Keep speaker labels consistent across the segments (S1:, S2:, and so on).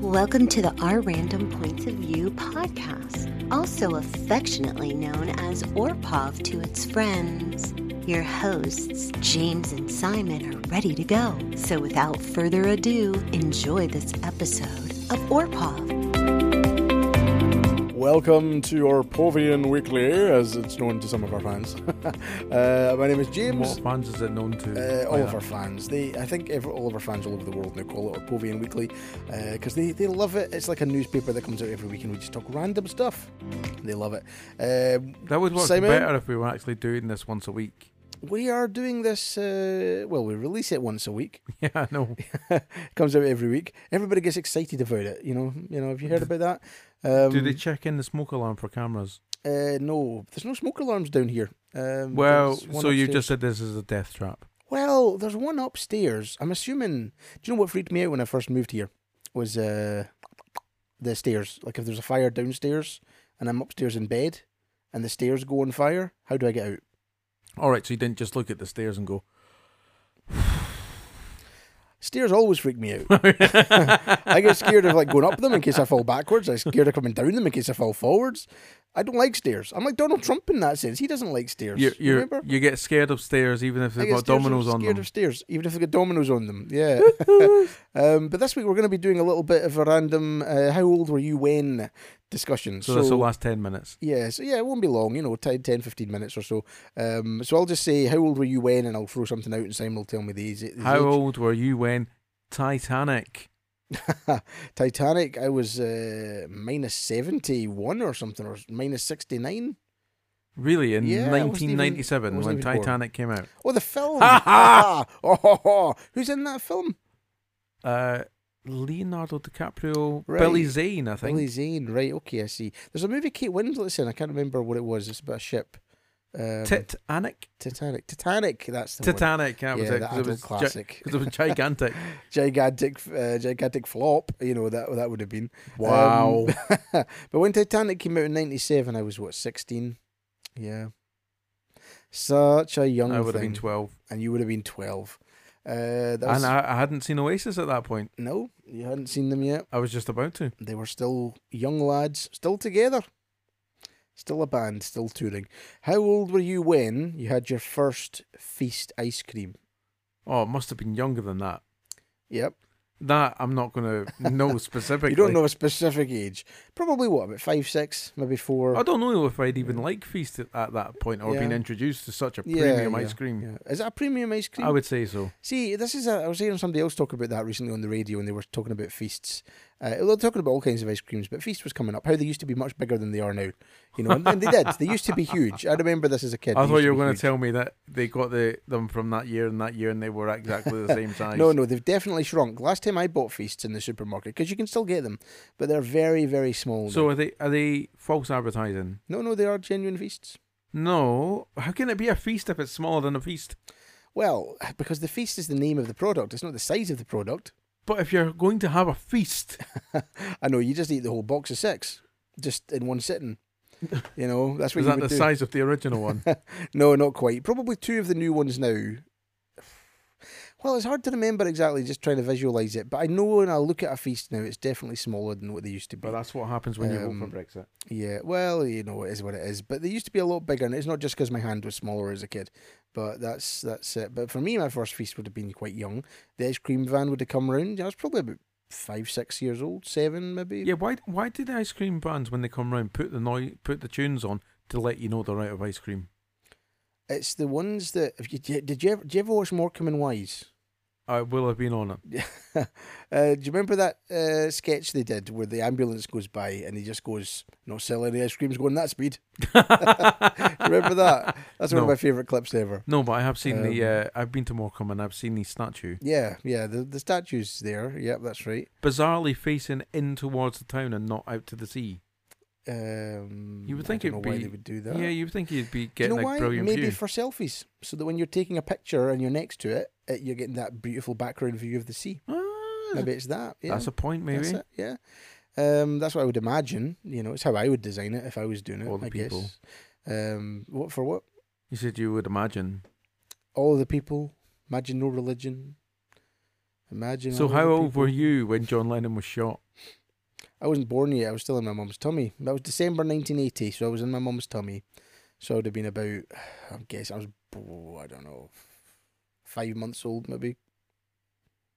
S1: Welcome to the Our Random Points of View podcast, also affectionately known as Orpov to its friends. Your hosts, James and Simon, are ready to go. So without further ado, enjoy this episode of Orpov.
S2: Welcome to our Povian Weekly, as it's known to some of our fans. uh, my name is James.
S3: What fans is it known
S2: Uh,
S3: to? Oh,
S2: all of our fans, they I think every, all of our fans all over the world now call it our Povian Weekly because they, they love it. It's like a newspaper that comes out every week and we just talk random stuff. They love it. Um,
S3: that would work
S2: Simon?
S3: better if we were actually doing this once a week.
S2: we are doing this. Uh, well, we release it once a week.
S3: Yeah, I know.
S2: comes out every week. Everybody gets excited about it. You know. You know. Have you heard about that? Um,
S3: Do they check in the smoke alarm for cameras?
S2: uh, no, there's no smoke alarms down here. Um,
S3: Well,
S2: there's one
S3: so you
S2: upstairs.
S3: just said this is a death trap.
S2: Well, there's one upstairs. I'm assuming. Do you know what freaked me out when I first moved here? Was uh, the stairs. Like if there's a fire downstairs and I'm upstairs in bed, and the stairs go on fire, how do I get out?
S3: All right, so you didn't just look at the stairs and go.
S2: Stairs always freak me out. I get scared of like going up them in case I fall backwards. I'm scared of coming down them in case I fall forwards. I don't like stairs. I'm like Donald Trump in that sense. He doesn't like stairs.
S3: You you
S2: Remember?
S3: you get scared of stairs even if
S2: I
S3: they've
S2: get
S3: got
S2: stairs, I'm
S3: dominoes on
S2: scared
S3: them.
S2: of stairs, even if they've got dominoes on them. Yeah. um, but this week we're going to be doing a little bit of a random uh, how old were you when discussion.
S3: so this will last ten minutes.
S2: yeah, so yeah, it won't be long, you know, 10, 10 15 minutes or so. Um, so I'll just say, how old were you when, and I'll throw something out, and Simon will tell me the easy.
S3: How old were you when Titanic?
S2: Titanic, I was uh, minus 71 or something, or minus 69.
S3: Really, in
S2: Yeah, I wasn't even-
S3: 1997
S2: I wasn't
S3: when
S2: even born.
S3: Titanic came out?
S2: Oh, the film!
S3: Ha ha!
S2: Oh, ho, ho. Who's in that film?
S3: Uh, Leonardo DiCaprio,
S2: Right.
S3: Billy Zane, I think.
S2: Billy Zane, right? Okay, I see. There's a movie Kate Winslet's in. I can't remember what it was. It's about a ship. Um,
S3: Titanic.
S2: Titanic. Titanic. That's the one.
S3: Titanic. That was
S2: Yeah,
S3: it.
S2: the
S3: 'cause
S2: adult
S3: it was gi-
S2: classic.
S3: 'cause it was gigantic.
S2: gigantic, uh, gigantic flop. You know that that would have been.
S3: Wow.
S2: Um, but when Titanic came out in '97, I was what 16. Yeah. Such a young.
S3: I would have been
S2: thing.
S3: twelve,
S2: and you would have been 12. Uh, that was,
S3: and I, I hadn't seen Oasis at that point.
S2: no, you hadn't seen them yet.
S3: I was just about to.
S2: they were still young lads, still together, still a band, still touring. How old were you when you had your first feast ice cream?
S3: Oh, it must have been younger than that.
S2: Yep.
S3: That I'm not going to know specifically.
S2: You don't know a specific age. Probably what, about five, six, maybe four?
S3: I don't know if I'd even like Feast at, at that point or
S2: Yeah.
S3: been introduced to such a
S2: Yeah,
S3: premium
S2: yeah,
S3: ice cream.
S2: yeah. Is that a premium ice cream?
S3: I would say so.
S2: See, this is a, I was hearing somebody else talk about that recently on the radio, and they were talking about feasts. Uh, they were talking about all kinds of ice creams, but feast was coming up. How they used to be much bigger than they are now, you know, and, and they did. They used to be huge. I remember this as a kid.
S3: I
S2: They
S3: thought
S2: used
S3: you
S2: be
S3: were going
S2: huge.
S3: to tell me that they got the them from that year and that year and they were exactly the same size.
S2: No, no, they've definitely shrunk. Last time I bought feasts in the supermarket because you can still get them, but they're very, very small. now.
S3: So are they are they false advertising?
S2: no, no, they are genuine feasts.
S3: No. How can it be a feast if it's smaller than a feast?
S2: Well, because the feast is the name of the product; it's not the size of the product.
S3: But if you're going to have a feast,
S2: I know you just eat the whole box of six, just in one sitting. You know that's what
S3: is
S2: you
S3: that
S2: would
S3: the
S2: do.
S3: size of the original one?
S2: No, not quite. Probably two of the new ones now. Well, it's hard to remember exactly, just trying to visualize it. But I know when I look at a feast now, it's definitely smaller than what they used to be.
S3: But that's what happens when you vote
S2: Um,
S3: for Brexit.
S2: Yeah, well, you know, it is what it is. But they used to be a lot bigger, and it's not just because my hand was smaller as a kid. But that's that's it. But for me, my first feast would have been quite young. The ice cream van would have come round. I was probably about five, six years old, seven maybe.
S3: Yeah, why why do the ice cream bands when they come round put the noise, put the tunes on to let you know they're out of ice cream?
S2: It's the ones that if you, did you ever, did you ever watch Morecambe and Wise?
S3: I will have been on it.
S2: uh, do you remember that uh, sketch they did where the ambulance goes by and he just goes, "Not selling any ice creams going that speed." Do you remember that? That's one of
S3: No.
S2: my favorite clips ever.
S3: No, but I have seen the.
S2: Um,
S3: Uh, I've been to Morecambe and I've seen the statue
S2: Yeah, yeah. The the statue's there. Yep, that's right.
S3: bizarrely facing in towards the town and not out to the sea.
S2: Um,
S3: You would think
S2: I don't
S3: it'd
S2: know why
S3: be-
S2: they would do that.
S3: Yeah, you'd think you'd be
S2: do you
S3: getting
S2: know
S3: a
S2: why?
S3: brilliant
S2: Maybe
S3: view.
S2: for selfies, so that when you're taking a picture and you're next to it, it you're getting that beautiful background view of the sea.
S3: Ah,
S2: Maybe it's that. Yeah,
S3: That's a point, maybe.
S2: That's it, yeah. Um, that's what I would imagine. You know, it's how I would design it if I was doing it.
S3: All the
S2: I
S3: people.
S2: guess. Um, what for? What?
S3: You said you would imagine.
S2: All the people. Imagine no religion. Imagine.
S3: so,
S2: all
S3: how
S2: the
S3: old
S2: people.
S3: were you when John Lennon was shot?
S2: I wasn't born yet. I was still in my mum's tummy. That was December 1980, so I was in my mum's tummy. So I'd have been about, I guess I was, oh, I don't know, five months old maybe.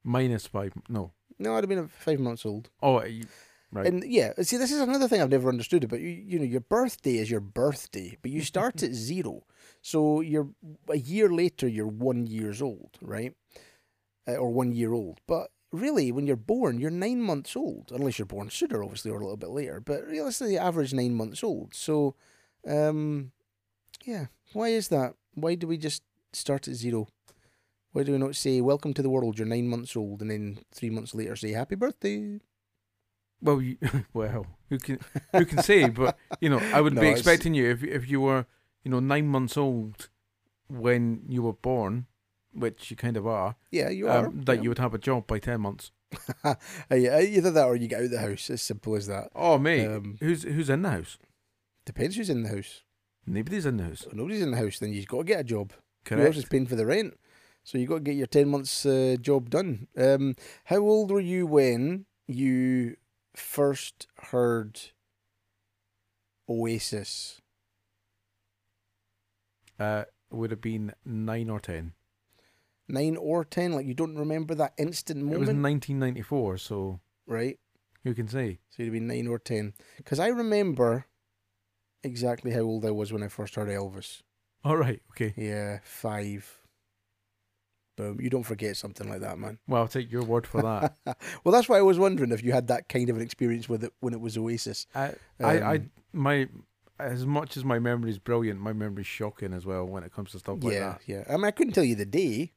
S3: Minus five. No.
S2: No, I'd have been five months old.
S3: Oh, you, right.
S2: And yeah, see, this is another thing I've never understood about you. You know, your birthday is your birthday, but you start at zero, so you're a year later. You're one years old, right? Uh, or one year old. But really, when you're born, you're nine months old, unless you're born sooner, obviously, or a little bit later. But realistically, average nine months old. So, um, yeah, why is that? Why do we just start at zero? Why do we not say "Welcome to the world"? You're nine months old, and then three months later say "Happy birthday"?
S3: well, you, well, who can who can say? But you know, I would
S2: No,
S3: be
S2: it's-
S3: expecting you if if you were you know nine months old when you were born, which you kind of are,
S2: Yeah, you are.
S3: um, that
S2: yeah.
S3: you would have a job by ten months.
S2: Uh, yeah, either that or you get out of the house. As simple as that.
S3: Oh mate,
S2: Um,
S3: who's who's in the house?
S2: Depends who's in the house.
S3: Nobody's in the house.
S2: If nobody's in the house, then you've got to get a job. Who else
S3: Correct.
S2: is paying for the rent? So you've got to get your 10 months uh, job done. Um, how old were you when you first heard Oasis?
S3: Uh, would have been nine or ten.
S2: Nine or 10? Like you don't remember that instant
S3: It was
S2: moment,
S3: 1994, so
S2: right?
S3: who can say?
S2: So you'd be nine or 10. Because I remember exactly how old I was when I first heard Elvis.
S3: All right, okay.
S2: Yeah, five. Boom. You don't forget something like that, man.
S3: Well, I'll take your word for that.
S2: well, that's why I was wondering if you had that kind of an experience with it when it was Oasis.
S3: I, I, I,
S2: Um,
S3: my, as much as my memory is brilliant, my memory's shocking as well when it comes to stuff like
S2: yeah,
S3: that.
S2: yeah. I mean, I couldn't tell you the day.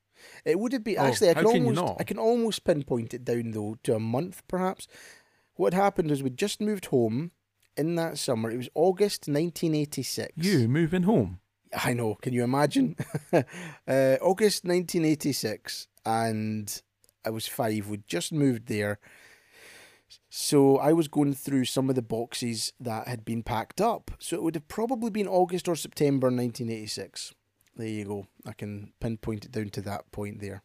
S2: It would have been
S3: Oh,
S2: actually. I
S3: how
S2: can
S3: can you
S2: almost,
S3: not?
S2: I can almost pinpoint it down though to a month, perhaps. What happened was we just moved home in that summer. It was August 1986.
S3: You moving home?
S2: I know. Can you imagine? uh, August 1986, and I was five. We'd just moved there. So I was going through some of the boxes that had been packed up. So it would have probably been August or September 1986. There you go. I can pinpoint it down to that point there.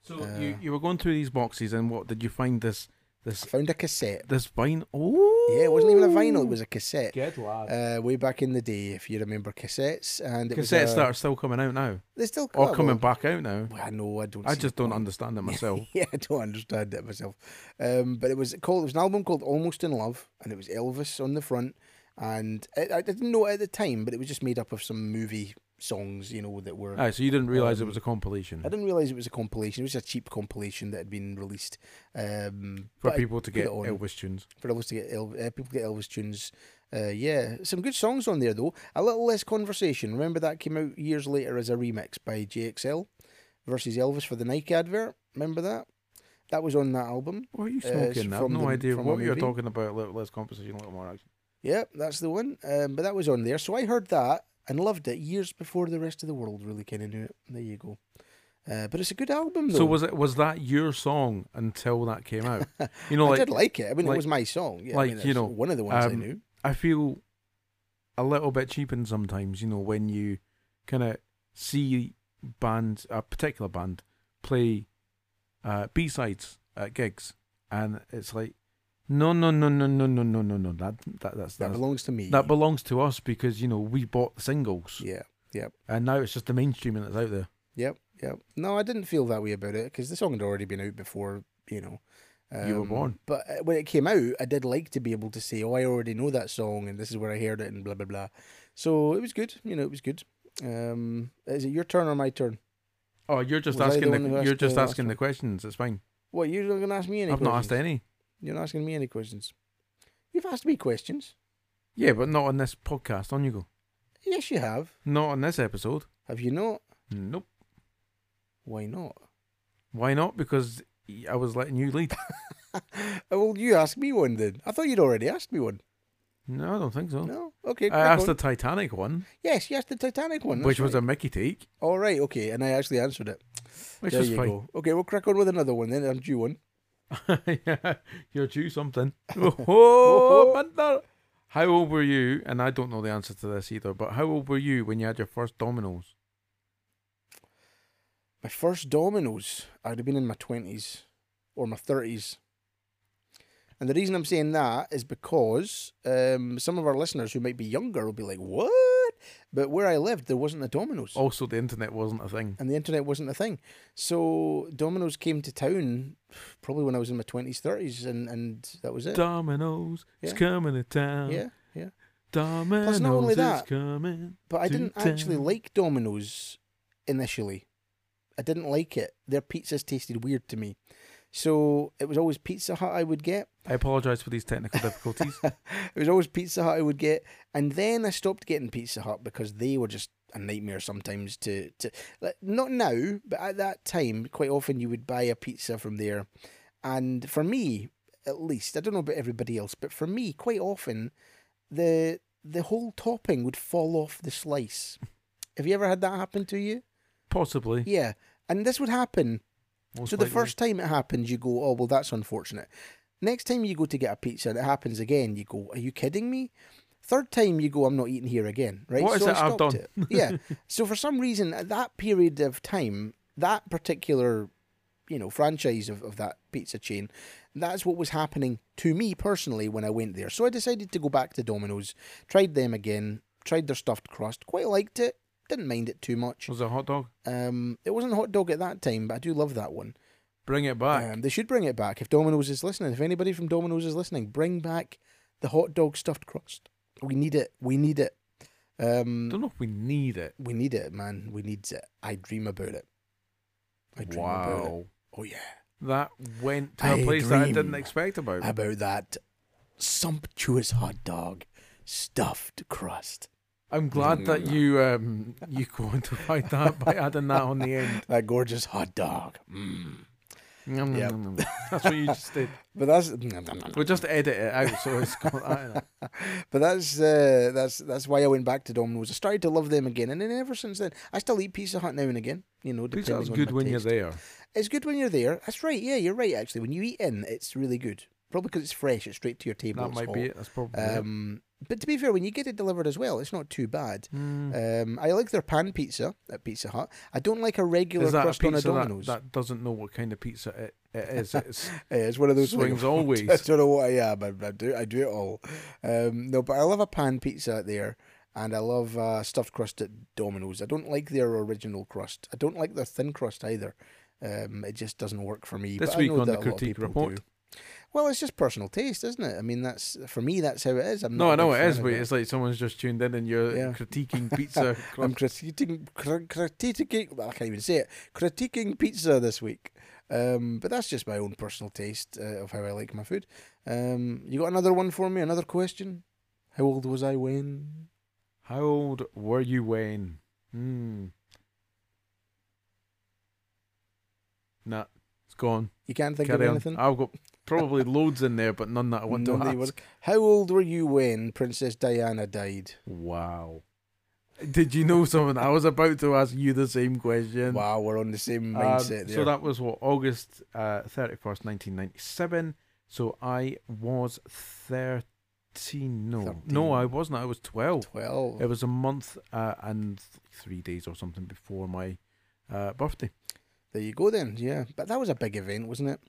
S3: So
S2: Uh,
S3: you, you were going through these boxes, and what did you find? This,
S2: I
S3: this,
S2: found a cassette.
S3: this vinyl. Oh,
S2: Yeah, it wasn't even a vinyl, it was a cassette.
S3: Good lad.
S2: Uh, way back in the day, if you remember cassettes. And it
S3: Cassettes
S2: was a,
S3: that are still coming out now,
S2: They're still
S3: or
S2: well,
S3: coming back out now.
S2: I know, I don't
S3: I
S2: see
S3: just
S2: the
S3: don't
S2: point.
S3: understand it myself.
S2: yeah, I don't understand it myself. Um, but it was called. It was an album called Almost in Love, and it was Elvis on the front. And I, I didn't know it at the time, but it was just made up of some movie songs, you know, that were.
S3: Aye, so you didn't realise it was a compilation
S2: Um, I didn't realize it was a compilation. It was a cheap compilation that had been released um,
S3: for
S2: but I-
S3: people to
S2: put it
S3: get
S2: on.
S3: Elvis tunes.
S2: for Elvis to get El- uh, people to get Elvis tunes. Uh, yeah, some good songs on there though. A little less conversation. Remember that came out years later as a remix by JXL versus Elvis for the Nike advert. Remember that? That was on that album.
S3: What are you
S2: Uh, it's
S3: smoking? I have
S2: from
S3: no
S2: the-
S3: idea
S2: from a
S3: what you're
S2: movie.
S3: talking about. Let, let's conversation a little more action.
S2: Yep, that's the one. Um, but that was on there. So I heard that and loved it years before the rest of the world really kind of knew it. There you go. Uh, but it's a good album though.
S3: So was it was that your song until that came out? You know,
S2: I
S3: like
S2: did like it. I mean, it
S3: like-
S2: was my song. Yeah, I
S3: like,
S2: mean,
S3: you
S2: it's
S3: know,
S2: one of the ones I
S3: um,
S2: knew.
S3: I feel a little bit cheapened sometimes, you know, when you kind of see bands, a particular band, play uh, B sides at gigs, and it's like, no, no, no, no, no, no, no, no, no, that that that's,
S2: That
S3: that's-
S2: belongs to me.
S3: uh, that belongs to us because you know we bought the singles,
S2: yeah, yeah.
S3: and now it's just the mainstream that's out there.
S2: Yep, yep. No, I didn't feel that way about it because the song had already been out before, you know.
S3: You were born.
S2: But uh, when it came out, I did like to be able to say, oh, I already know that song and this is where I heard it and blah, blah, blah. So it was good. You know, it was good. Um, is it your turn or my turn?
S3: Oh, you're just
S2: Was I the
S3: asking the,
S2: one who
S3: you're
S2: asked
S3: just
S2: the last
S3: asking the questions. It's fine.
S2: What, you're not going to ask me any
S3: I've
S2: questions?
S3: not asked any.
S2: You're not asking me any questions. You've asked me questions.
S3: Yeah, but not on this podcast. On you go.
S2: Yes, you have.
S3: Not on this episode.
S2: Have you not?
S3: Nope.
S2: Why not?
S3: Why not? Because I was letting you lead.
S2: Oh, well, you asked me one then. I thought you'd already asked me one.
S3: No, I don't think so.
S2: No? Okay,
S3: Oh. I
S2: crack
S3: asked
S2: on.
S3: the Titanic one,
S2: Yes, you asked the Titanic one.
S3: which was a Mickey take,
S2: a... All right, okay, and I actually answered it.
S3: which
S2: there
S3: was
S2: you
S3: fine.
S2: go. Okay, we'll crack on with another one then. I'm due one.
S3: yeah, you're due something.
S2: ho.
S3: Oh, Mother. How old were you? And I don't know the answer to this either. But how old were you when you had your first dominoes?
S2: My first Domino's, I'd have been in my twenties or my thirties. And the reason I'm saying that is because um, some of our listeners who might be younger will be like, "What?" But where I lived, there wasn't a Domino's,
S3: Also, the internet wasn't a thing.
S2: and the internet wasn't a thing. So Domino's came to town probably when I was in my twenties, thirties, and and that was it.
S3: Dominoes, it's
S2: Yeah.
S3: coming to town.
S2: yeah, yeah.
S3: Dominoes,
S2: only that,
S3: it's coming.
S2: But I
S3: to
S2: didn't actually
S3: town.
S2: like Domino's initially. I didn't like it. Their pizzas tasted weird to me. So it was always Pizza Hut I would get.
S3: I apologise for these technical difficulties.
S2: It was always Pizza Hut I would get. And then I stopped getting Pizza Hut because they were just a nightmare sometimes to, to like, not now, but at that time, quite often you would buy a pizza from there. And for me, at least, I don't know about everybody else, but for me, quite often, the the whole topping would fall off the slice. Have you ever had that happen to you?
S3: Possibly.
S2: Yeah. And this would happen
S3: most
S2: so the
S3: likely.
S2: first time it happens, you go, "Oh well, that's unfortunate." Next time you go to get a pizza and it happens again, you go, "Are you kidding me?" Third time you go, "I'm not eating here again." Right?
S3: What is
S2: so
S3: it I've
S2: stopped
S3: done?
S2: It. yeah. So for some reason, at that period of time, that particular, you know, franchise of, of that pizza chain, that's what was happening to me personally when I went there. So I decided to go back to Domino's, tried them again, tried their stuffed crust, quite liked it, didn't mind it too much.
S3: was it a hot dog.
S2: Um, it wasn't hot dog at that time, but I do love that one.
S3: Bring it back.
S2: Um, they should bring it back. If Domino's is listening, if anybody from Domino's is listening, bring back the hot dog stuffed crust. We need it. We need it. Um,
S3: Don't know if we need it.
S2: we need it, man. We need it. I dream about it. I dream about it.
S3: wow.
S2: Oh yeah.
S3: That went to a
S2: I
S3: place that I didn't
S2: dream
S3: expect about.
S2: About that sumptuous hot dog stuffed crust.
S3: I'm glad that you um you quantified that by adding that on the end.
S2: That gorgeous hot dog. Mm.
S3: Nom, nom,
S2: Yep.
S3: nom, nom. That's what you just did.
S2: But that's mm,
S3: We'll just edit it out so it's got that in it.
S2: But that's uh, that's that's why I went back to Domino's. I started to love them again, and then ever since then, I still eat Pizza Hut now and again. You know,
S3: Pizza
S2: depending
S3: Hut's
S2: on
S3: good
S2: my
S3: when
S2: taste.
S3: you're there.
S2: It's good when you're there. That's right. Yeah, you're right. Actually, when you eat in, it's really good. Probably because it's fresh. It's straight to your table.
S3: That
S2: it's
S3: might
S2: hot.
S3: be it. That's probably it.
S2: Um, but to be fair, when you get it delivered as well, it's not too bad.
S3: Mm.
S2: Um, I like their pan pizza at Pizza Hut. I don't like a regular
S3: Is that a
S2: crust on a
S3: pizza that,
S2: Domino's.
S3: that doesn't know what kind of pizza it, it is? It's,
S2: Yeah, it's one of those
S3: Swings
S2: things.
S3: always.
S2: I don't know what I am. I, I do. I do it all. Um, no, but I love a pan pizza there, and I love uh, stuffed crust at Domino's. I don't like their original crust. I don't like their thin crust either. Um, it just doesn't work for me.
S3: This
S2: but I
S3: week
S2: know
S3: on
S2: that
S3: the
S2: a lot of
S3: Critique
S2: people
S3: Report.
S2: do. Well, it's just personal taste, isn't it? I mean, that's for me. That's how it is. I'm
S3: no, I
S2: not a
S3: know
S2: big
S3: it is,
S2: fan of
S3: but it's like someone's just tuned in and you're
S2: Yeah.
S3: critiquing pizza.
S2: I'm
S3: crust.
S2: critiquing, cri- critiquing. well, I can't even say it. Critiquing pizza this week, um, but that's just my own personal taste uh, of how I like my food. Um, you got another one for me? Another question? How old was I when?
S3: How old were you when? Hmm. Nah, it's gone.
S2: You can't think
S3: Carry
S2: of
S3: on. Ah.
S2: anything.
S3: I've got probably loads in there, but none that I want
S2: None
S3: to
S2: that
S3: ask.
S2: you were- How old were you when Princess Diana died?
S3: Wow. Did you know something? I was about to ask you the same question.
S2: wow, we're on the same
S3: Um,
S2: mindset there.
S3: so that was what August thirty first, nineteen ninety seven. So I was thirteen. No, no, I
S2: 13.
S3: wasn't. I was twelve.
S2: Twelve.
S3: It was a month uh, and th- three days or something before my uh, birthday.
S2: There you go then. Yeah, but that was a big event, wasn't it?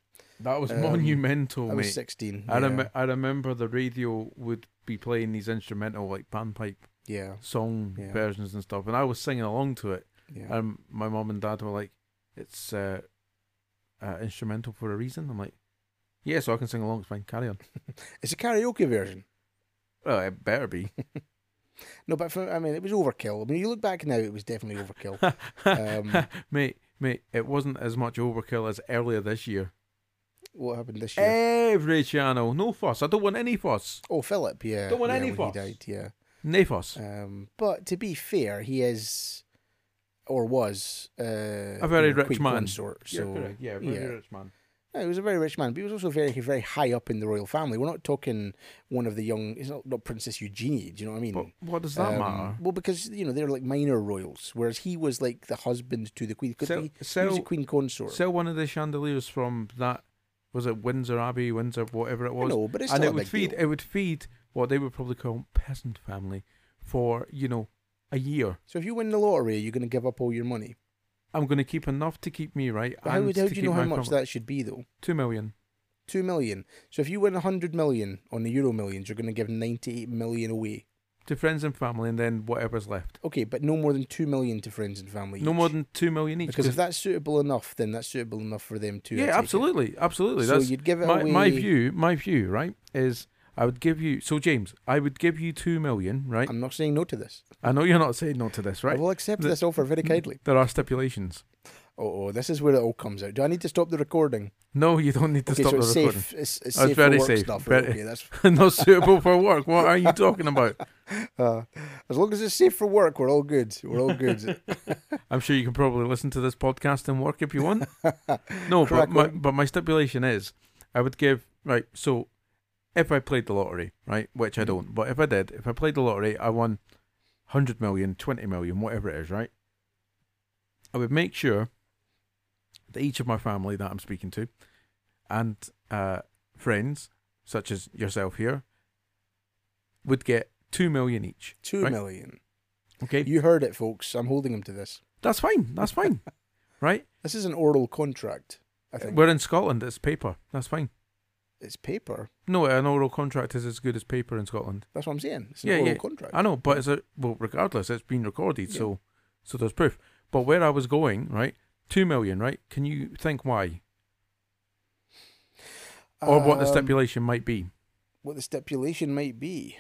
S3: That was
S2: Um,
S3: monumental,
S2: I
S3: Oh, mate.
S2: was sixteen.
S3: I,
S2: yeah.
S3: rem- I remember the radio would be playing these instrumental like panpipe
S2: yeah,
S3: song
S2: Yeah.
S3: versions and stuff, and I was singing along to it.
S2: yeah.
S3: And my mum and dad were like, "It's uh, uh, instrumental for a reason." I'm like, "Yeah, so I can sing along. It's fine. Carry on."
S2: it's a karaoke version.
S3: Well, it better be.
S2: No, but for, I mean, it was overkill. I mean, you look back now, it was definitely overkill. Um,
S3: mate, mate, it wasn't as much overkill as earlier this year.
S2: what happened this
S3: Eh,
S2: year?
S3: Every channel, no fuss. I don't want any fuss.
S2: oh, Philip, yeah.
S3: Don't want
S2: yeah,
S3: any
S2: when he
S3: fuss.
S2: died, yeah.
S3: No fuss.
S2: Um, but to be fair, he is, or was, uh, a
S3: very rich man.
S2: Consort, so,
S3: Yeah,
S2: very yeah.
S3: rich man.
S2: No, he was a very rich man, but he was also very, very high up in the royal family. We're not talking one of the young, it's not, not Princess Eugenie, do you know what I mean?
S3: But what does that
S2: Um,
S3: matter?
S2: Well, because, you know, they're like minor royals, whereas he was like the husband to the queen. 'cause
S3: Sell-
S2: he, he was
S3: sell-
S2: a queen consort.
S3: Sell one of the chandeliers from that. Was it Windsor Abbey, Windsor, whatever it was?
S2: know, but it's
S3: and
S2: still a
S3: it would
S2: big
S3: feed.
S2: deal.
S3: It would feed what they would probably call peasant family for you know a year.
S2: so if you win the lottery, you're going to give up all your money.
S3: I'm going to keep enough to keep me right.
S2: But how
S3: and
S2: would how
S3: to
S2: do you
S3: keep
S2: know how
S3: my
S2: much
S3: family.
S2: that should be though?
S3: Two million.
S2: two million. So if you win hundred million on the Euro Millions, you're going to give ninety-eight million away.
S3: to friends and family, and then whatever's left.
S2: Okay, but no more than two million to friends and family.
S3: No
S2: each.
S3: more than two million each.
S2: because if
S3: 'cause-
S2: that's suitable enough, then that's suitable enough for them too. I
S3: yeah,
S2: take it.
S3: absolutely, absolutely.
S2: So
S3: That's
S2: you'd give it
S3: my, my
S2: away-
S3: view. My view, right, is I would give you. So James, I would give you two million, right?
S2: I'm not saying no to this.
S3: I know you're not saying no to this,
S2: I
S3: right?
S2: will accept
S3: The- Mm.
S2: this offer very kindly.
S3: There are stipulations.
S2: Oh, oh, this is where it all comes out. Do I need to stop the recording?
S3: No, you don't need to
S2: okay,
S3: stop
S2: so
S3: the
S2: it's
S3: recording.
S2: safe. It's, it's
S3: Oh,
S2: safe
S3: it's very
S2: for work
S3: safe.
S2: stuff. Right?
S3: Very-
S2: Okay, that's
S3: not suitable for work. What are you talking about?
S2: uh, as long as it's safe for work, we're all good. We're all good.
S3: I'm sure you can probably listen to this podcast and work if you want. No, but
S2: Crack
S3: my,
S2: on.
S3: but my stipulation is I would give, right, so if I played the lottery, right, which I don't, but if I did, if I played the lottery, I won 100 million, 20 million, whatever it is, right? I would make sure that each of my family that I'm speaking to and uh, friends, such as yourself here, would get 2 million each.
S2: Two
S3: right?
S2: million.
S3: Okay.
S2: You heard it, folks. I'm holding him to this.
S3: That's fine. That's fine. right?
S2: This is an oral contract. I think
S3: We're in Scotland. It's paper. That's fine.
S2: it's paper.
S3: No, an oral contract is as good as paper in Scotland.
S2: That's what I'm saying. It's an
S3: yeah,
S2: oral
S3: yeah.
S2: contract.
S3: I know, but it's a well. Regardless, it's been recorded,
S2: Yeah.
S3: so so there's proof. But where I was going, right? Two million, right? Can you think why or what the
S2: Um,
S3: stipulation might be?
S2: What the stipulation might be?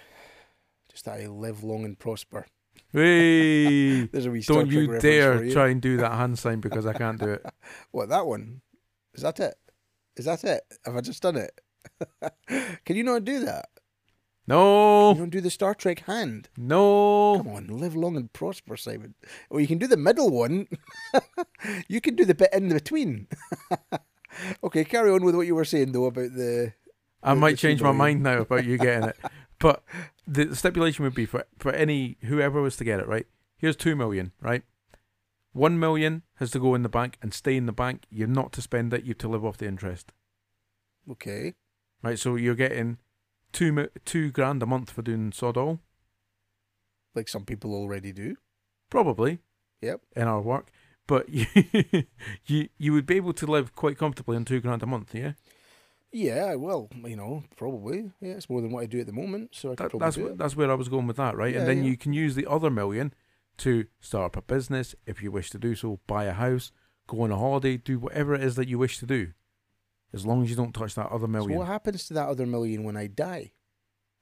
S2: Just that I live long and prosper.
S3: Hey,
S2: There's a wee Star
S3: don't
S2: Trek
S3: you
S2: reference for
S3: dare
S2: you.
S3: try and do that hand sign because I can't do it.
S2: What that one? Is that it? Is that it? Have I just done it? Can you not do that? You
S3: No,
S2: don't do the Star Trek hand. Come
S3: no.
S2: on, live long and prosper, Simon. Or you can do the middle one. you can do the bit in between. okay, carry on with what you were saying though about the.
S3: I
S2: the- the
S3: might
S2: two
S3: change my
S2: million.
S3: mind now about you getting it. But the the stipulation would be for for any whoever was to get it, right? Here's two million, right? One million has to go in the bank and stay in the bank. You're not to spend it. You're to live off the interest,
S2: Okay,
S3: right? So you're getting two mi- two grand a month for doing sod all,
S2: like some people already do.
S3: probably.
S2: Yep.
S3: In our work, but you you you would be able to live quite comfortably on two grand a month, yeah.
S2: Yeah, I will. You know, probably. Yeah, it's more than what I do at the moment, so I could
S3: That,
S2: probably
S3: that's
S2: do
S3: wh-
S2: it.
S3: that's where I was going with that, right?
S2: Yeah,
S3: and then
S2: yeah.
S3: you can use the other million to start up a business if you wish to do so, buy a house, go on a holiday, do whatever it is that you wish to do, as long as you don't touch that other
S2: So
S3: million.
S2: what happens to that other million when I die?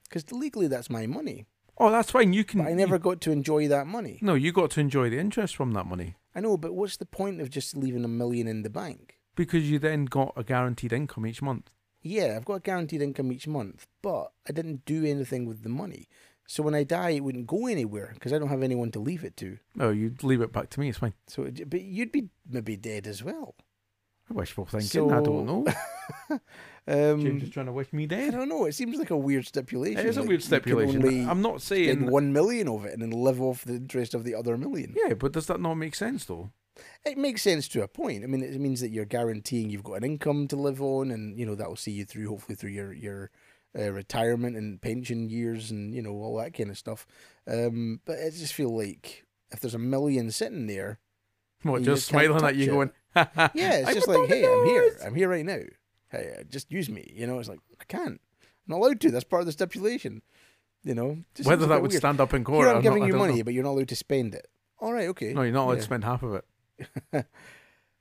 S2: Because legally, that's my money.
S3: oh, that's fine. You can.
S2: But I never
S3: you-
S2: got to enjoy that money.
S3: no, you got to enjoy the interest from that money
S2: I know, but what's the point of just leaving a million in the bank?
S3: because you then got a guaranteed income each month.
S2: Yeah, I've got a guaranteed income each month, but I didn't do anything with the money. So when I die, it wouldn't go anywhere because I don't have anyone to leave it to.
S3: No, you leave it back to me. It's fine.
S2: So, it, but you'd be maybe dead as well.
S3: Wishful thinking. I don't know. James is
S2: Um,
S3: trying to wish me
S2: I
S3: dead.
S2: don't know. It seems like a weird stipulation.
S3: It is a
S2: like
S3: weird
S2: you can only
S3: stipulation. I'm not
S2: get
S3: saying.
S2: one million of it and then live off the interest of the other million.
S3: Yeah, but does that not make sense though?
S2: It makes sense to a point. I mean, it means that you're guaranteeing you've got an income to live on, and you know that will see you through, hopefully, through your your uh, retirement and pension years, and you know all that kind of stuff. Um, but I just feel like if there's a million sitting there,
S3: What,
S2: You
S3: just
S2: just can't
S3: smiling at
S2: touch
S3: you,
S2: it.
S3: going,
S2: yeah, it's
S3: I
S2: just
S3: put
S2: like, hey, I'm here,
S3: dominoes."
S2: I'm here right now. Hey, uh, just use me. You know, it's like I can't, I'm not allowed to. That's part of the stipulation. You know, just
S3: Whether
S2: seems a
S3: that
S2: bit
S3: would
S2: weird.
S3: stand up in court,
S2: Here
S3: I'm
S2: I'm
S3: not-
S2: giving
S3: I
S2: you
S3: don't
S2: money,
S3: know.
S2: but you're not allowed to spend it. All right, okay.
S3: No, you're not allowed
S2: Yeah.
S3: to spend half of it.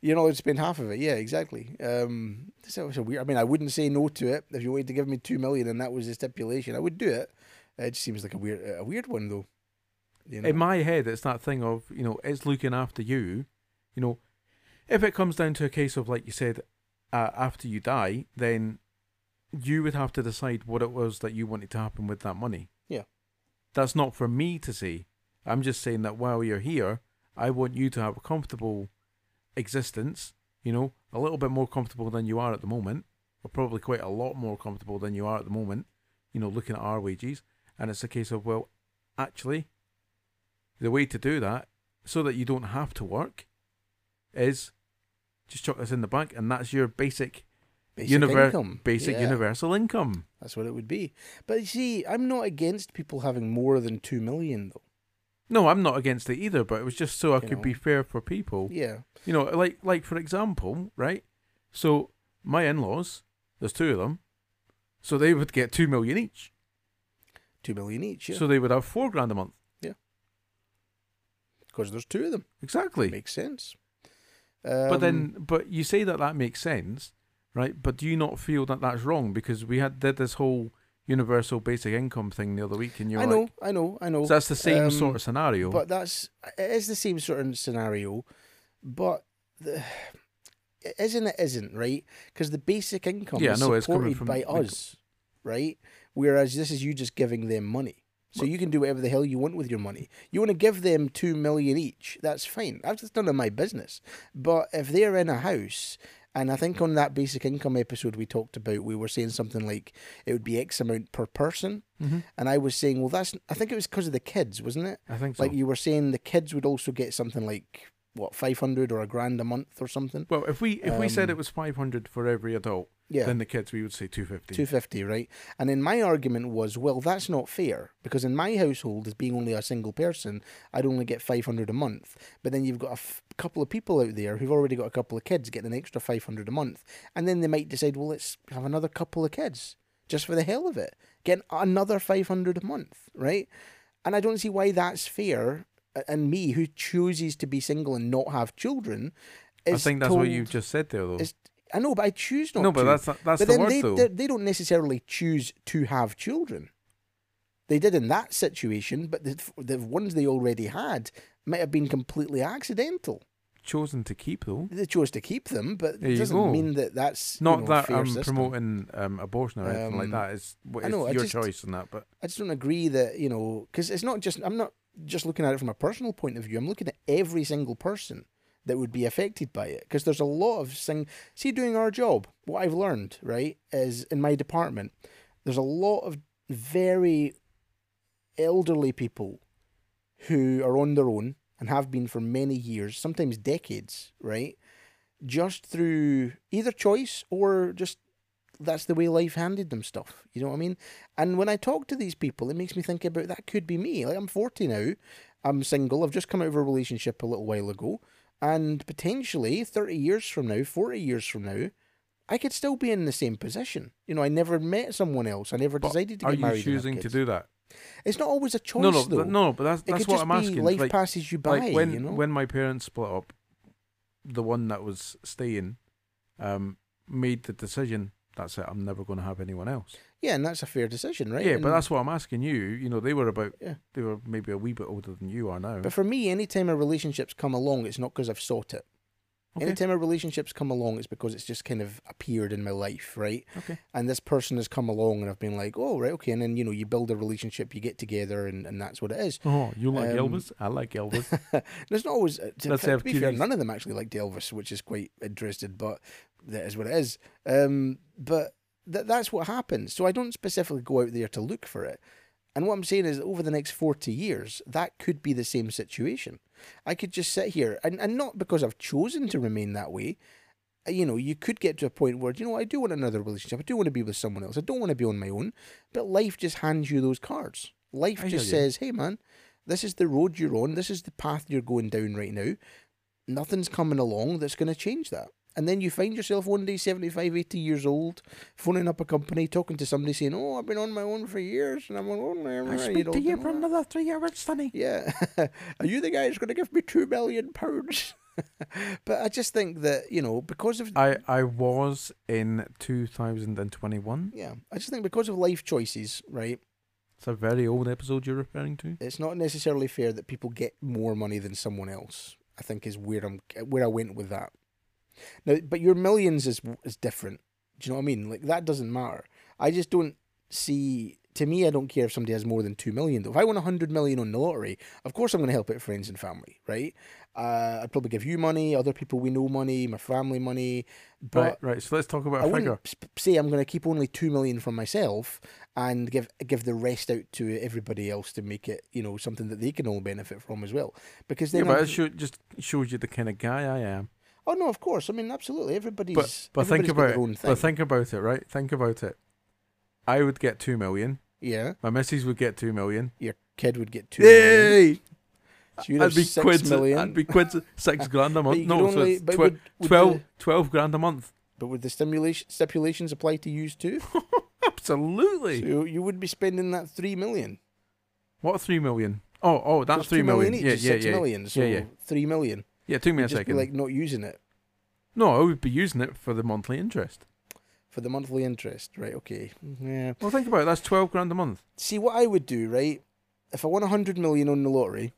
S2: You're not allowed to spend half of it. Yeah, exactly. Um, so it's a weird. I mean, I wouldn't say no to it if you wanted to give me two million and that was the stipulation. I would do it. It just seems like a weird, a weird one though. You know?
S3: In my head, it's that thing of you know, it's looking after you. You know, if it comes down to a case of like you said, uh, after you die, then you would have to decide what it was that you wanted to happen with that money.
S2: Yeah.
S3: That's not for me to say. I'm just saying that while you're here, I want you to have a comfortable existence. You know, a little bit more comfortable than you are at the moment, or probably quite a lot more comfortable than you are at the moment. You know, looking at our wages, and it's a case of well, actually, the way to do that, so that you don't have to work, is just chuck this in the bank, and that's your basic,
S2: Basic
S3: univer-
S2: income.
S3: basic
S2: Yeah.
S3: universal income.
S2: That's what it would be. But you see, I'm not against people having more than two million though.
S3: No, I'm not against it either, but it was just so I
S2: You
S3: could
S2: know.
S3: be fair for people.
S2: Yeah.
S3: You know, like like for example, right? So my in-laws, There's two of them, so they would get two million each.
S2: Two million each, yeah.
S3: So they would have four grand a month.
S2: Because there's two of them.
S3: Exactly.
S2: Makes sense.
S3: but
S2: Um,
S3: then, but you say that that makes sense, right? But do you not feel that that's wrong? Because we had did this whole universal basic income thing the other week, and you're
S2: Um, I
S3: like,
S2: know, I know, I know.
S3: so that's the same
S2: Um,
S3: sort of scenario.
S2: But that's it is the same sort of scenario, but the, it isn't it isn't right because the basic income
S3: Yeah,
S2: is
S3: no, it's coming
S2: supported
S3: from
S2: by
S3: the-
S2: us, right? Whereas this is you just giving them money, so you can do whatever the hell you want with your money. You want to give them two million each, that's fine. That's just none of my business. But if they're in a house. And I think on that basic income episode we talked about, we were saying something like it would be X amount per person,
S3: Mhm.
S2: and I was saying, well, that's I think it was because of the kids, wasn't it?
S3: I think so.
S2: like you were saying the kids would also get something like what 500 or a grand a month or something
S3: well, if we if we said
S2: um,
S3: it was five hundred for every adult,
S2: yeah
S3: then the kids we would say two fifty.
S2: 250 right and then my argument was well that's not fair because in my household as being only a single person i'd only get 500 a month but then you've got a f- couple of people out there who've already got a couple of kids getting an extra 500 a month and then they might decide well let's have another couple of kids just for the hell of it get another 500 a month right and i don't see why that's fair a- and me who chooses to be single and not have children
S3: I
S2: is
S3: think that's what
S2: told-
S3: you've just said there, though.
S2: is- I know, but I choose not
S3: No,
S2: to.
S3: but that's not- that's
S2: But
S3: the
S2: then
S3: word,
S2: they,
S3: though.
S2: They, they don't necessarily choose to have children. They did in that situation, but the, the ones they already had might have been completely accidental.
S3: Chosen to keep though.
S2: They chose to keep them, but
S3: There
S2: it
S3: you
S2: doesn't
S3: go.
S2: mean that that's you
S3: Not
S2: know, a
S3: that
S2: fair
S3: I'm
S2: system.
S3: promoting um, abortion or anything like
S2: Um,
S3: that. It's, it's
S2: I know, I
S3: your
S2: just-
S3: choice and that, but
S2: I just don't agree that you know because it's not just I'm not just looking at it from a personal point of view. I'm looking at every single person that would be affected by it because there's a lot of sing. See, doing our job, what I've learned right is in my department, there's a lot of very elderly people who are on their own and have been for many years, sometimes decades, right? Just through either choice or just that's the way life handed them stuff. You know what I mean? And when I talk to these people, it makes me think about that could be me. Like I'm 40 now, I'm single. I've just come out of a relationship a little while ago, and potentially 30 years from now, 40 years from now, I could still be in the same position. You know, I never met someone else. I never
S3: but
S2: decided to
S3: are
S2: get married.
S3: you
S2: and have
S3: choosing to
S2: kids.
S3: do that?
S2: It's not always a choice,
S3: no, no,
S2: though.
S3: but- no. But that's
S2: it
S3: that's
S2: could
S3: what
S2: just
S3: I'm
S2: be
S3: asking.
S2: life
S3: like,
S2: passes you by.
S3: like when
S2: you know,
S3: when my parents split up, the one that was staying, um, made the decision. That's it. I'm never going to have anyone else.
S2: yeah, and that's a fair decision, right?
S3: Yeah,
S2: And-
S3: but that's what I'm asking you. You know, they were about.
S2: Yeah.
S3: They were maybe a wee bit older than you are now.
S2: But for me, anytime a relationship's come along, it's not because I've sought it.
S3: Okay.
S2: Anytime a relationship's come along, it's because it's just kind of appeared in my life, right?
S3: Okay.
S2: And this person has come along, and I've been like, oh, right, okay. And then, you know, you build a relationship, you get together, and, and that's what it is.
S3: Oh, you like
S2: Um,
S3: Elvis? I like Elvis.
S2: There's not always. uh, To,
S3: Let's
S2: to
S3: have
S2: be fair,
S3: cuties.
S2: none of them actually liked Elvis, which is quite interesting, but that is what it is. Um, but th- that's what happens. So I don't specifically go out there to look for it. And what I'm saying is, that over the next 40 years, that could be the same situation. I could just sit here, and, and not because I've chosen to remain that way. Uh, You know, you could get to a point where, you know, I do want another relationship. I do want to be with someone else. I don't want to be on my own. But life just hands you those cards. Life
S3: I
S2: just
S3: hear you.
S2: says, hey, man, this is the road you're on. This is the path you're going down right now. Nothing's coming along that's going to change that. And then you find yourself one day 75, 80 years old, phoning up a company, talking to somebody saying, Oh, I've been on my own for years and I'm on my own. and I'm right," know, "Don't know."
S3: three hours, Sonny.
S2: Yeah. Are you the guy who's going to give me two million pounds? but I just think that, you know, because of.
S3: I I was in 2021.
S2: yeah, I just think because of life choices, right?
S3: It's a very old episode you're referring to.
S2: It's not necessarily fair that people get more money than someone else. I think is where I'm where I went with that. Now, but your millions is is different. Do you know what I mean? Like that doesn't matter. I just don't see. To me, I don't care if somebody has more than two million. Though, if I won a hundred million on the lottery, of course I'm going to help out friends and family, right? Uh, I'd probably give you money, other people we know money, my family money. But
S3: right, right. So let's talk about
S2: I
S3: a
S2: wouldn't
S3: figure.
S2: sp- say I'm going to keep only two million from myself and give give the rest out to everybody else to make it, you know, something that they can all benefit from as well. Because
S3: Yeah,
S2: then,
S3: but
S2: I'm-
S3: it show, just shows you the kind of guy I am.
S2: oh no, of course, I mean, absolutely, everybody's.
S3: But but
S2: everybody's
S3: think
S2: got
S3: about
S2: their own
S3: it.
S2: thing.
S3: But think about it, right? Think about it. I would get two million.
S2: yeah,
S3: My missus would get two million.
S2: your kid would get two. million. So you'd have
S3: I'd be
S2: six
S3: quid.
S2: million.
S3: I'd be quid six grand a
S2: But
S3: month.
S2: you
S3: No,
S2: could
S3: so
S2: only-
S3: it's
S2: but
S3: twe-
S2: would- would
S3: 12,
S2: the-
S3: 12 grand a month.
S2: But would the stimulation stipulations apply to you too?
S3: Absolutely.
S2: So you would be spending that three million.
S3: What three million? Oh, oh, that's
S2: There's
S3: three
S2: two
S3: million.
S2: each,
S3: yeah,
S2: it's
S3: yeah,
S2: six
S3: yeah.
S2: million, So
S3: yeah, yeah.
S2: three million.
S3: Yeah, it took me a
S2: Just
S3: second.
S2: be like not using it
S3: no, I would be using it for the monthly interest.
S2: for the monthly interest, right? Okay. Mm, Yeah.
S3: Well, think about it. That's twelve grand a month,
S2: See what I would do, right? If I won a hundred million on the lottery,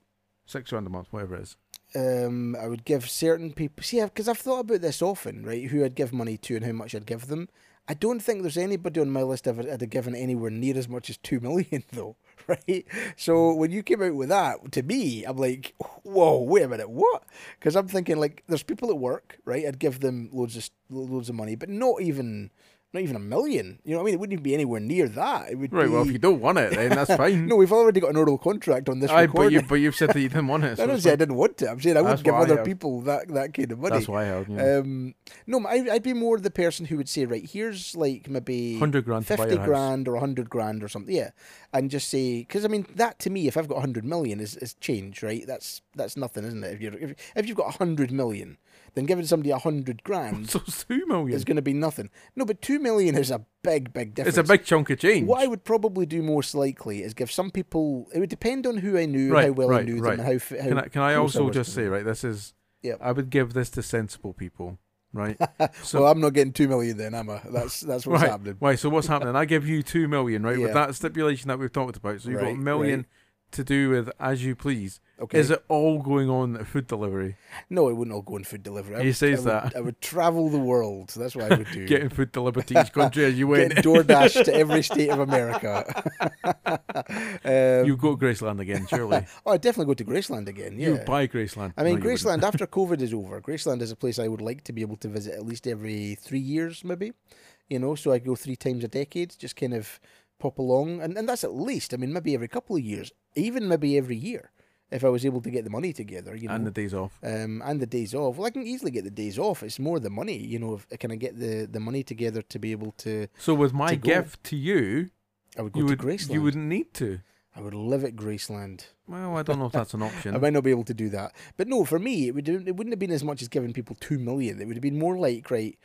S3: six grand a month, whatever it is.
S2: um, I would give certain people. See, because I've thought about this often, right? Who I'd give money to and how much I'd give them. I don't think there's anybody on my list I've, I'd have given anywhere near as much as two million, though, right? So when you came out with that, to me, I'm like, whoa, wait a minute, what? Because I'm thinking like, there's people at work, right? I'd give them loads of loads of money, but not even, not even a million. You know what I mean? It wouldn't even be anywhere near that. It would
S3: Right.
S2: Be,
S3: Well, if you don't want it, then that's fine.
S2: no, we've already got an oral contract on this
S3: Aye, but
S2: recording.
S3: you but you've said that you didn't want it. so
S2: I don't
S3: it's
S2: say I
S3: fine.
S2: didn't want to. I'm saying I
S3: That's
S2: wouldn't give
S3: what I
S2: other
S3: have.
S2: people that, that kind of money.
S3: That's why I held. Yeah.
S2: Um, no, I, I'd be more the person who would say, right, here's like maybe
S3: 100 grand to buy
S2: 50
S3: your house.
S2: grand or 100 grand or something. Yeah. And just say, because I mean, that to me, if I've got 100 million is, is change, right? That's that's nothing, isn't it? If, you're, if, if you've got 100 million, then giving somebody 100 grand
S3: so it's two million.
S2: is going to be nothing. No, but 2 million is a big, big difference.
S3: It's a big chunk of change.
S2: What I would probably do most likely is give some people. It would depend on who I knew,
S3: Right,
S2: and how well I
S3: right,
S2: knew
S3: right.
S2: them, and how. f- how
S3: can I, can I
S2: close
S3: also
S2: was
S3: just
S2: to them.
S3: say right? This is.
S2: Yep.
S3: I would give this to sensible people, right?
S2: well, I'm not getting two million then, am I? That's that's what's
S3: right.
S2: happening.
S3: Right. So what's happening? I give you two million, right?
S2: Yeah.
S3: With that stipulation that we've talked about. So you've got
S2: Right,
S3: a million
S2: right.
S3: to do with as you please.
S2: Okay.
S3: Is it all going on at food delivery?
S2: No, I wouldn't all go on food delivery. I
S3: He
S2: would-
S3: says
S2: I would,
S3: that.
S2: I would travel the world. That's what I would do.
S3: Getting food delivered to each country as you went.
S2: Get DoorDash to every state of America. um,
S3: you go to Graceland again, surely.
S2: oh, I'd definitely go to Graceland again. Yeah.
S3: You buy Graceland.
S2: I mean,
S3: No, you
S2: Graceland,
S3: wouldn't.
S2: after COVID is over, Graceland is a place I would like to be able to visit at least every three years, maybe. You know, so I go three times a decade, just kind of pop along. And, and that's at least, I mean, maybe every couple of years, even maybe every year, if I was able to get the money together, you know.
S3: And the days off.
S2: um, and the days off. Well, I can easily get the days off. It's more the money, you know. If, can I get the, the money together to be able to?
S3: So with my
S2: to go.
S3: gift to you,
S2: I would go
S3: you
S2: to
S3: would
S2: Graceland.
S3: you wouldn't need to.
S2: I would live at Graceland.
S3: Well, I don't know if that's an option.
S2: I might not be able to do that. But no, for me, it would it wouldn't have been as much as giving people two million. It would have been more like, right,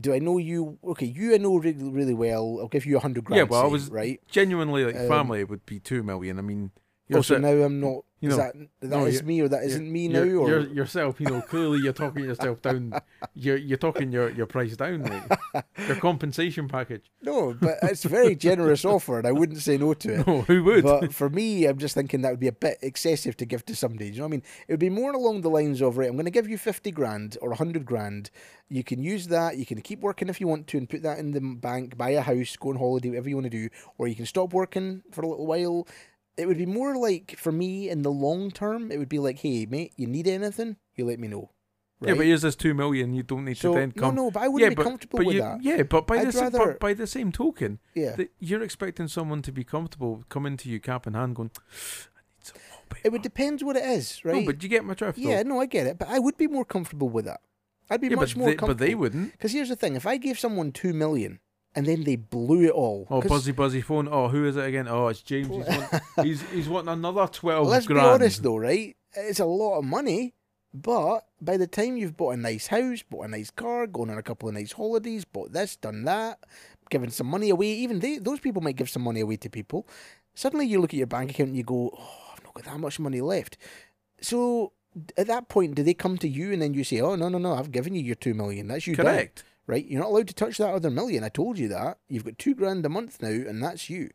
S2: do I know you? Okay, you I know really, really well. I'll give you a hundred grand.
S3: yeah, well, I
S2: say,
S3: was
S2: right.
S3: genuinely like
S2: Um,
S3: family would be two million. I mean,
S2: Oh, so
S3: yourse-
S2: now I'm not.
S3: you
S2: is
S3: know,
S2: that that
S3: no,
S2: is
S3: you're-
S2: me or that
S3: you're-
S2: isn't me now?
S3: you're-
S2: Or
S3: you're- yourself, you know, clearly you're talking yourself down. You're you're talking your, your price down, mate. Your compensation package.
S2: no, but it's a very generous offer, and I wouldn't say no to it.
S3: No, who would?
S2: But for me, I'm just thinking that would be a bit excessive to give to somebody. Do you know what I mean? It would be more along the lines of, right, I'm going to give you 50 grand or 100 grand. You can use that. You can keep working if you want to and put that in the bank, buy a house, go on holiday, whatever you want to do. Or you can stop working for a little while. It would be more like, for me, in the long term, it would be like, hey, mate, you need anything? You let me know.
S3: Yeah, but here's this two million. You don't need
S2: So,
S3: to then
S2: no,
S3: come.
S2: no, but I wouldn't
S3: yeah,
S2: be
S3: but,
S2: comfortable
S3: but
S2: with
S3: you,
S2: that.
S3: Yeah, but by
S2: I'd
S3: the sa-
S2: rather-
S3: but by the same token,
S2: Yeah.
S3: that you're expecting someone to be comfortable coming to you cap in hand, going, "I need some wallpaper."
S2: it would depend what it is, Eh, right?
S3: No, but you get my drift. though?
S2: yeah, no, I get it. But I would be more comfortable with that. I'd be
S3: yeah,
S2: much
S3: but,
S2: more
S3: they,
S2: comfortable.
S3: but they wouldn't.
S2: Because here's the thing: if I gave someone two million and then they blew it all,
S3: Oh,
S2: 'cause
S3: buzzy, buzzy phone. Oh, who is it again? Oh, it's James. He's wanting, he's, he's wanting another 12
S2: let's
S3: grand.
S2: be honest though, right? It's a lot of money, but by the time you've bought a nice house, bought a nice car, gone on a couple of nice holidays, bought this, done that, given some money away, even they, those people might give some money away to people. Suddenly, you look at your bank account and you go, "Oh, I've not got that much money left." So d- at that point, do they come to you and then you say, "Oh, no, no, no, I've given you your two million. That's you done."
S3: Correct.
S2: right? You're not allowed to touch that other million. I told you that. You've got two grand a month now, and that's you.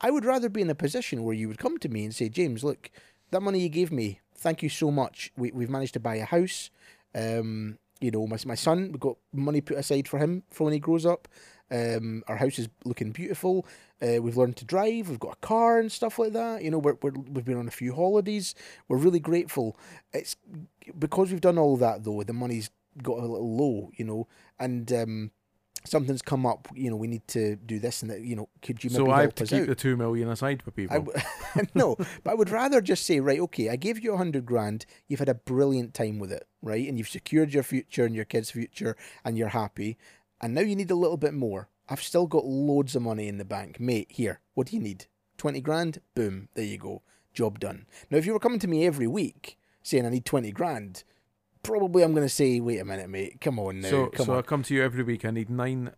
S2: I would rather be in a position where you would come to me and say, James, look, that money you gave me, thank you so much. We, we've managed to buy a house. Um, you know, my, my son, we've got money put aside for him for when he grows up. Um, our house is looking beautiful. Uh, we've learned to drive. We've got a car and stuff like that. You know, we're, we're, we've been on a few holidays. We're really grateful. It's because we've done all that though. The money's got a little low, you know, and um, something's come up. You know, we need to do this and that. You know, could you maybe
S3: So I have
S2: help
S3: to
S2: us
S3: keep
S2: out?
S3: the 2 million aside for people.
S2: I w- no, but I would rather just say, right, okay, I gave you a hundred grand. You've had a brilliant time with it, right? And you've secured your future and your kids' future, and you're happy. And now you need a little bit more. I've still got loads of money in the bank, mate. Here, what do you need? Twenty grand. Boom, there you go. Job done. Now, if you were coming to me every week saying I need twenty grand, probably I'm going to say, wait a minute, mate. Come on now.
S3: so
S2: come
S3: so I
S2: on.
S3: come to you every week. I need nineteen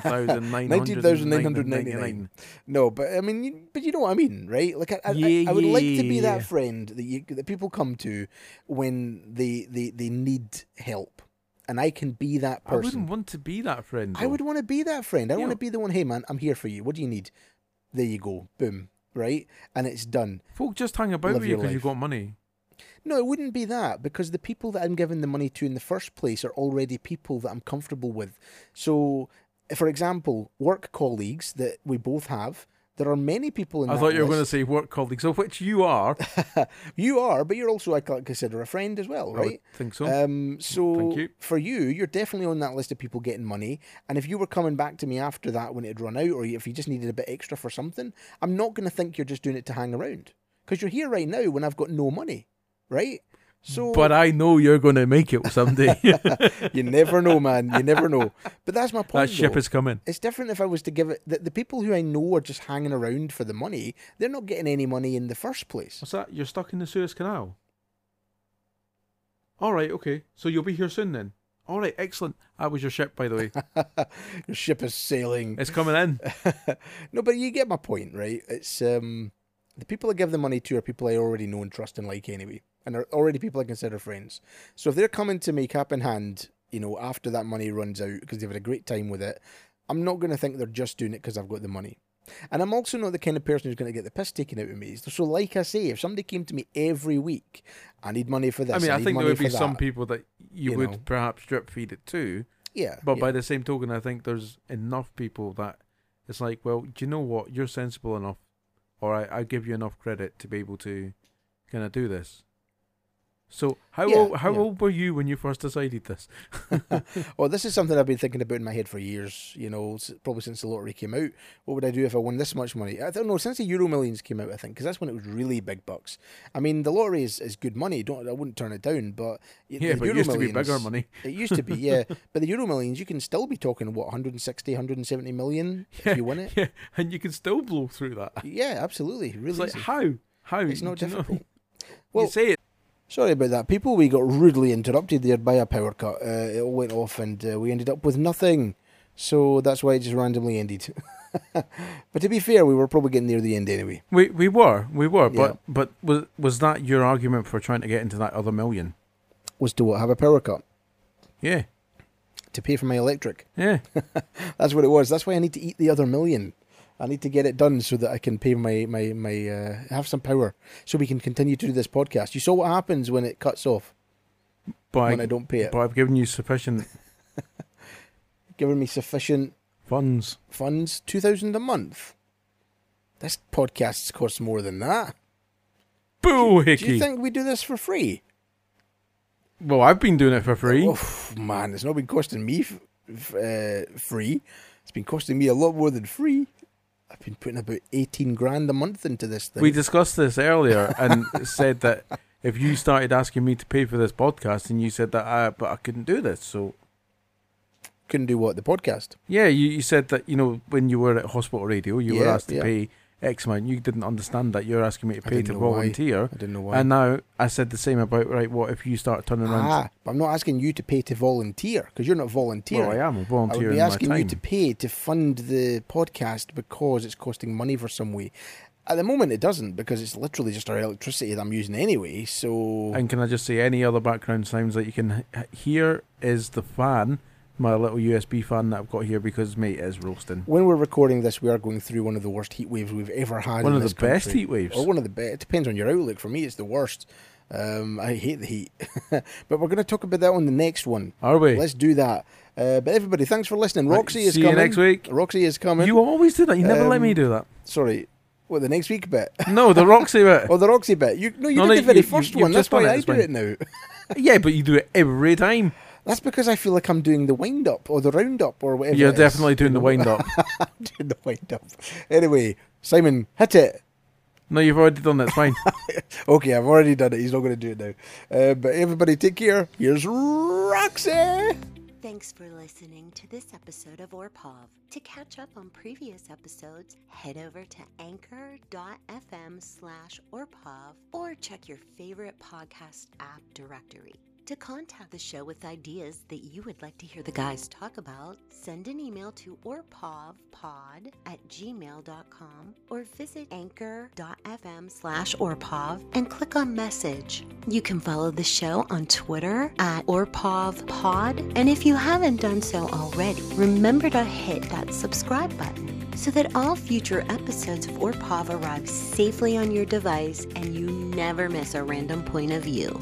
S3: thousand nine hundred
S2: 19,999. No, but I mean, you, but you know what I mean, right? Like, I, I,
S3: Yeah,
S2: I would like
S3: yeah,
S2: to be
S3: yeah.
S2: that friend that you that people come to when they they they need help, and I can be that
S3: I wouldn't
S2: person.
S3: want to be that friend.
S2: I would want to be that friend. I
S3: You
S2: want
S3: know-
S2: to be the one. Hey, man, I'm here for you. What do you need? There you go. Boom. Right, and it's done.
S3: Folk just hang about
S2: Live
S3: with you
S2: your
S3: because you've
S2: life.
S3: got money.
S2: No, it wouldn't be that because the people that I'm giving the money to in the first place are already people that I'm comfortable with. So, for example, work colleagues that we both have. There are many people in.
S3: I
S2: that
S3: thought you were going to
S2: list.
S3: say work colleagues, of which you are.
S2: you are, but you're also I cl- consider a friend as well,
S3: I
S2: right?
S3: would think so.
S2: Um, so
S3: Thank you.
S2: for you, you're definitely on that list of people getting money. And if you were coming back to me after that when it had run out, or if you just needed a bit extra for something, I'm not going to think you're just doing it to hang around because you're here right now when I've got no money, right? So,
S3: but I know you're going to make it someday.
S2: you never know, man. You never know. But that's my point.
S3: that ship
S2: though.
S3: is coming.
S2: It's different if I was to give it. The, the people who I know are just hanging around for the money. They're not getting any money in the first place.
S3: What's that? You're stuck in the Suez Canal. All right, okay. So you'll be here soon then. All right, excellent. That was your ship, by the way.
S2: Your ship is sailing.
S3: it's coming in.
S2: no, but you get my point, right? It's um, the people I give the money to are people I already know and trust and like anyway, and are already people I consider friends. So if they're coming to me cap in hand, you know, after that money runs out because they've had a great time with it, I'm not going to think they're just doing it because I've got the money. And I'm also not the kind of person who's going to get the piss taken out of me. So, like I say, if somebody came to me every week, I need money for this.
S3: I mean, I
S2: need
S3: think there
S2: money
S3: would be
S2: for
S3: some
S2: that."
S3: people that you,
S2: you
S3: would
S2: know.
S3: perhaps drip feed it to,
S2: Yeah,
S3: but
S2: yeah.
S3: by the same token, I think there's enough people that it's like, well, do you know what? You're sensible enough, or I, I give you enough credit to be able to kind of do this. So how
S2: Yeah,
S3: old, how
S2: yeah.
S3: old were you when you first decided this?
S2: well, this is something I've been thinking about in my head for years. You know, s- probably since the lottery came out. What would I do if I won this much money? I don't know. Since the Euro Millions came out, I think because that's when it was really big bucks. I mean, the lottery is, is good money. Don't I wouldn't turn it down. But y-
S3: Yeah,
S2: the
S3: but it
S2: Euro
S3: used to be bigger
S2: Millions-
S3: money.
S2: It used to be, yeah. but the Euro Millions, you can still be talking what 160, 170 million if you win it.
S3: Yeah, and you can still blow through that.
S2: Yeah, absolutely. Really,
S3: It's like
S2: easy.
S3: how how
S2: It's not
S3: Do you know?
S2: difficult.
S3: you
S2: Well-
S3: say it.
S2: Sorry about that, people. We got rudely interrupted there by a power cut. Uh, it all went off, and uh, we ended up with nothing. So that's why it just randomly ended. but to be fair, we were probably getting near the end anyway.
S3: We we were we were,
S2: Yeah.
S3: but but was was that your argument for trying to get into that other million?
S2: Was to what have a power cut
S3: Yeah,
S2: to pay for my electric.
S3: yeah.
S2: That's what it was. That's why I need to eat the other million. I need to get it done so that I can pay my my my uh, have some power, so we can continue to do this podcast. You saw what happens when it cuts off
S3: By
S2: when I don't pay it,
S3: but I've given you sufficient
S2: giving me sufficient
S3: funds.
S2: funds, two thousand a month. This podcast costs more than that.
S3: Boo hickey.
S2: Do you think we do this for free?
S3: well, I've been doing it for free.
S2: Oh man, it's not been costing me f- f- uh, free. It's been costing me a lot more than free. I've been putting about eighteen grand a month into this thing.
S3: we discussed this earlier and said that if you started asking me to pay for this podcast and you said that I but I couldn't do this, so
S2: couldn't do what the podcast.
S3: Yeah, you, you said that, you know, when you were at hospital radio, you were
S2: Yeah,
S3: asked to
S2: yeah.
S3: pay X amount. You didn't understand that. You're asking me to
S2: I
S3: pay
S2: didn't
S3: to
S2: know why.
S3: volunteer.
S2: I didn't know why.
S3: And now I said the same about, right, what if you start turning around?
S2: ah, but I'm not asking you to pay to volunteer because you're not volunteering.
S3: well, I am a
S2: I would
S3: volunteer in
S2: be
S3: my
S2: asking you
S3: time.
S2: to pay to fund the podcast because it's costing money for some way. At the moment, it doesn't because it's literally just our electricity that I'm using anyway. So
S3: And can I just say, any other background sounds that you can h- hear is the fan, my little USB fan that I've got here, because, mate, it is roasting.
S2: when we're recording this, we are going through one of the worst heat waves we've ever had.
S3: One
S2: in
S3: of the
S2: this
S3: best
S2: country.
S3: heat waves.
S2: Or one of the best. It depends on your outlook. For me, it's the worst. Um, I hate the heat. but we're going to talk about that on the next one.
S3: Are we?
S2: Let's do that. Uh, but everybody, thanks for listening.
S3: Right,
S2: Roxy is
S3: see you
S2: coming
S3: next week.
S2: Roxy is coming.
S3: you always do that. You never let me
S2: Um,
S3: do that.
S2: Sorry, what the next week bit?
S3: No, the uh, Roxy bit.
S2: Oh, the Roxy bit. You no, you
S3: No,
S2: did
S3: no,
S2: the very
S3: you-
S2: first
S3: you-
S2: one.
S3: you've
S2: That's
S3: just done
S2: why
S3: it,
S2: I
S3: it's
S2: do
S3: fine.
S2: it now.
S3: yeah, but you do it every time.
S2: That's because I feel like I'm doing the wind up or the round up or whatever.
S3: You're
S2: it is.
S3: definitely doing the wind up.
S2: I'm doing the wind up. Anyway, Simon, hit it.
S3: no, you've already done that. It's fine.
S2: Okay, I've already done it. He's not going to do it now. Uh, but everybody, take care. Here's Roxy.
S1: Thanks for listening to this episode of Orpov. To catch up on previous episodes, head over to anchor.fm slash Orpov or check your favorite podcast app directory. To contact the show with ideas that you would like to hear the guys talk about, send an email to orpovpod at gmail.com or visit anchor.fm slash orpov and click on message. You can follow the show on Twitter at orpovpod. And if you haven't done so already, remember to hit that subscribe button so that all future episodes of Orpov arrive safely on your device and you never miss a random point of view.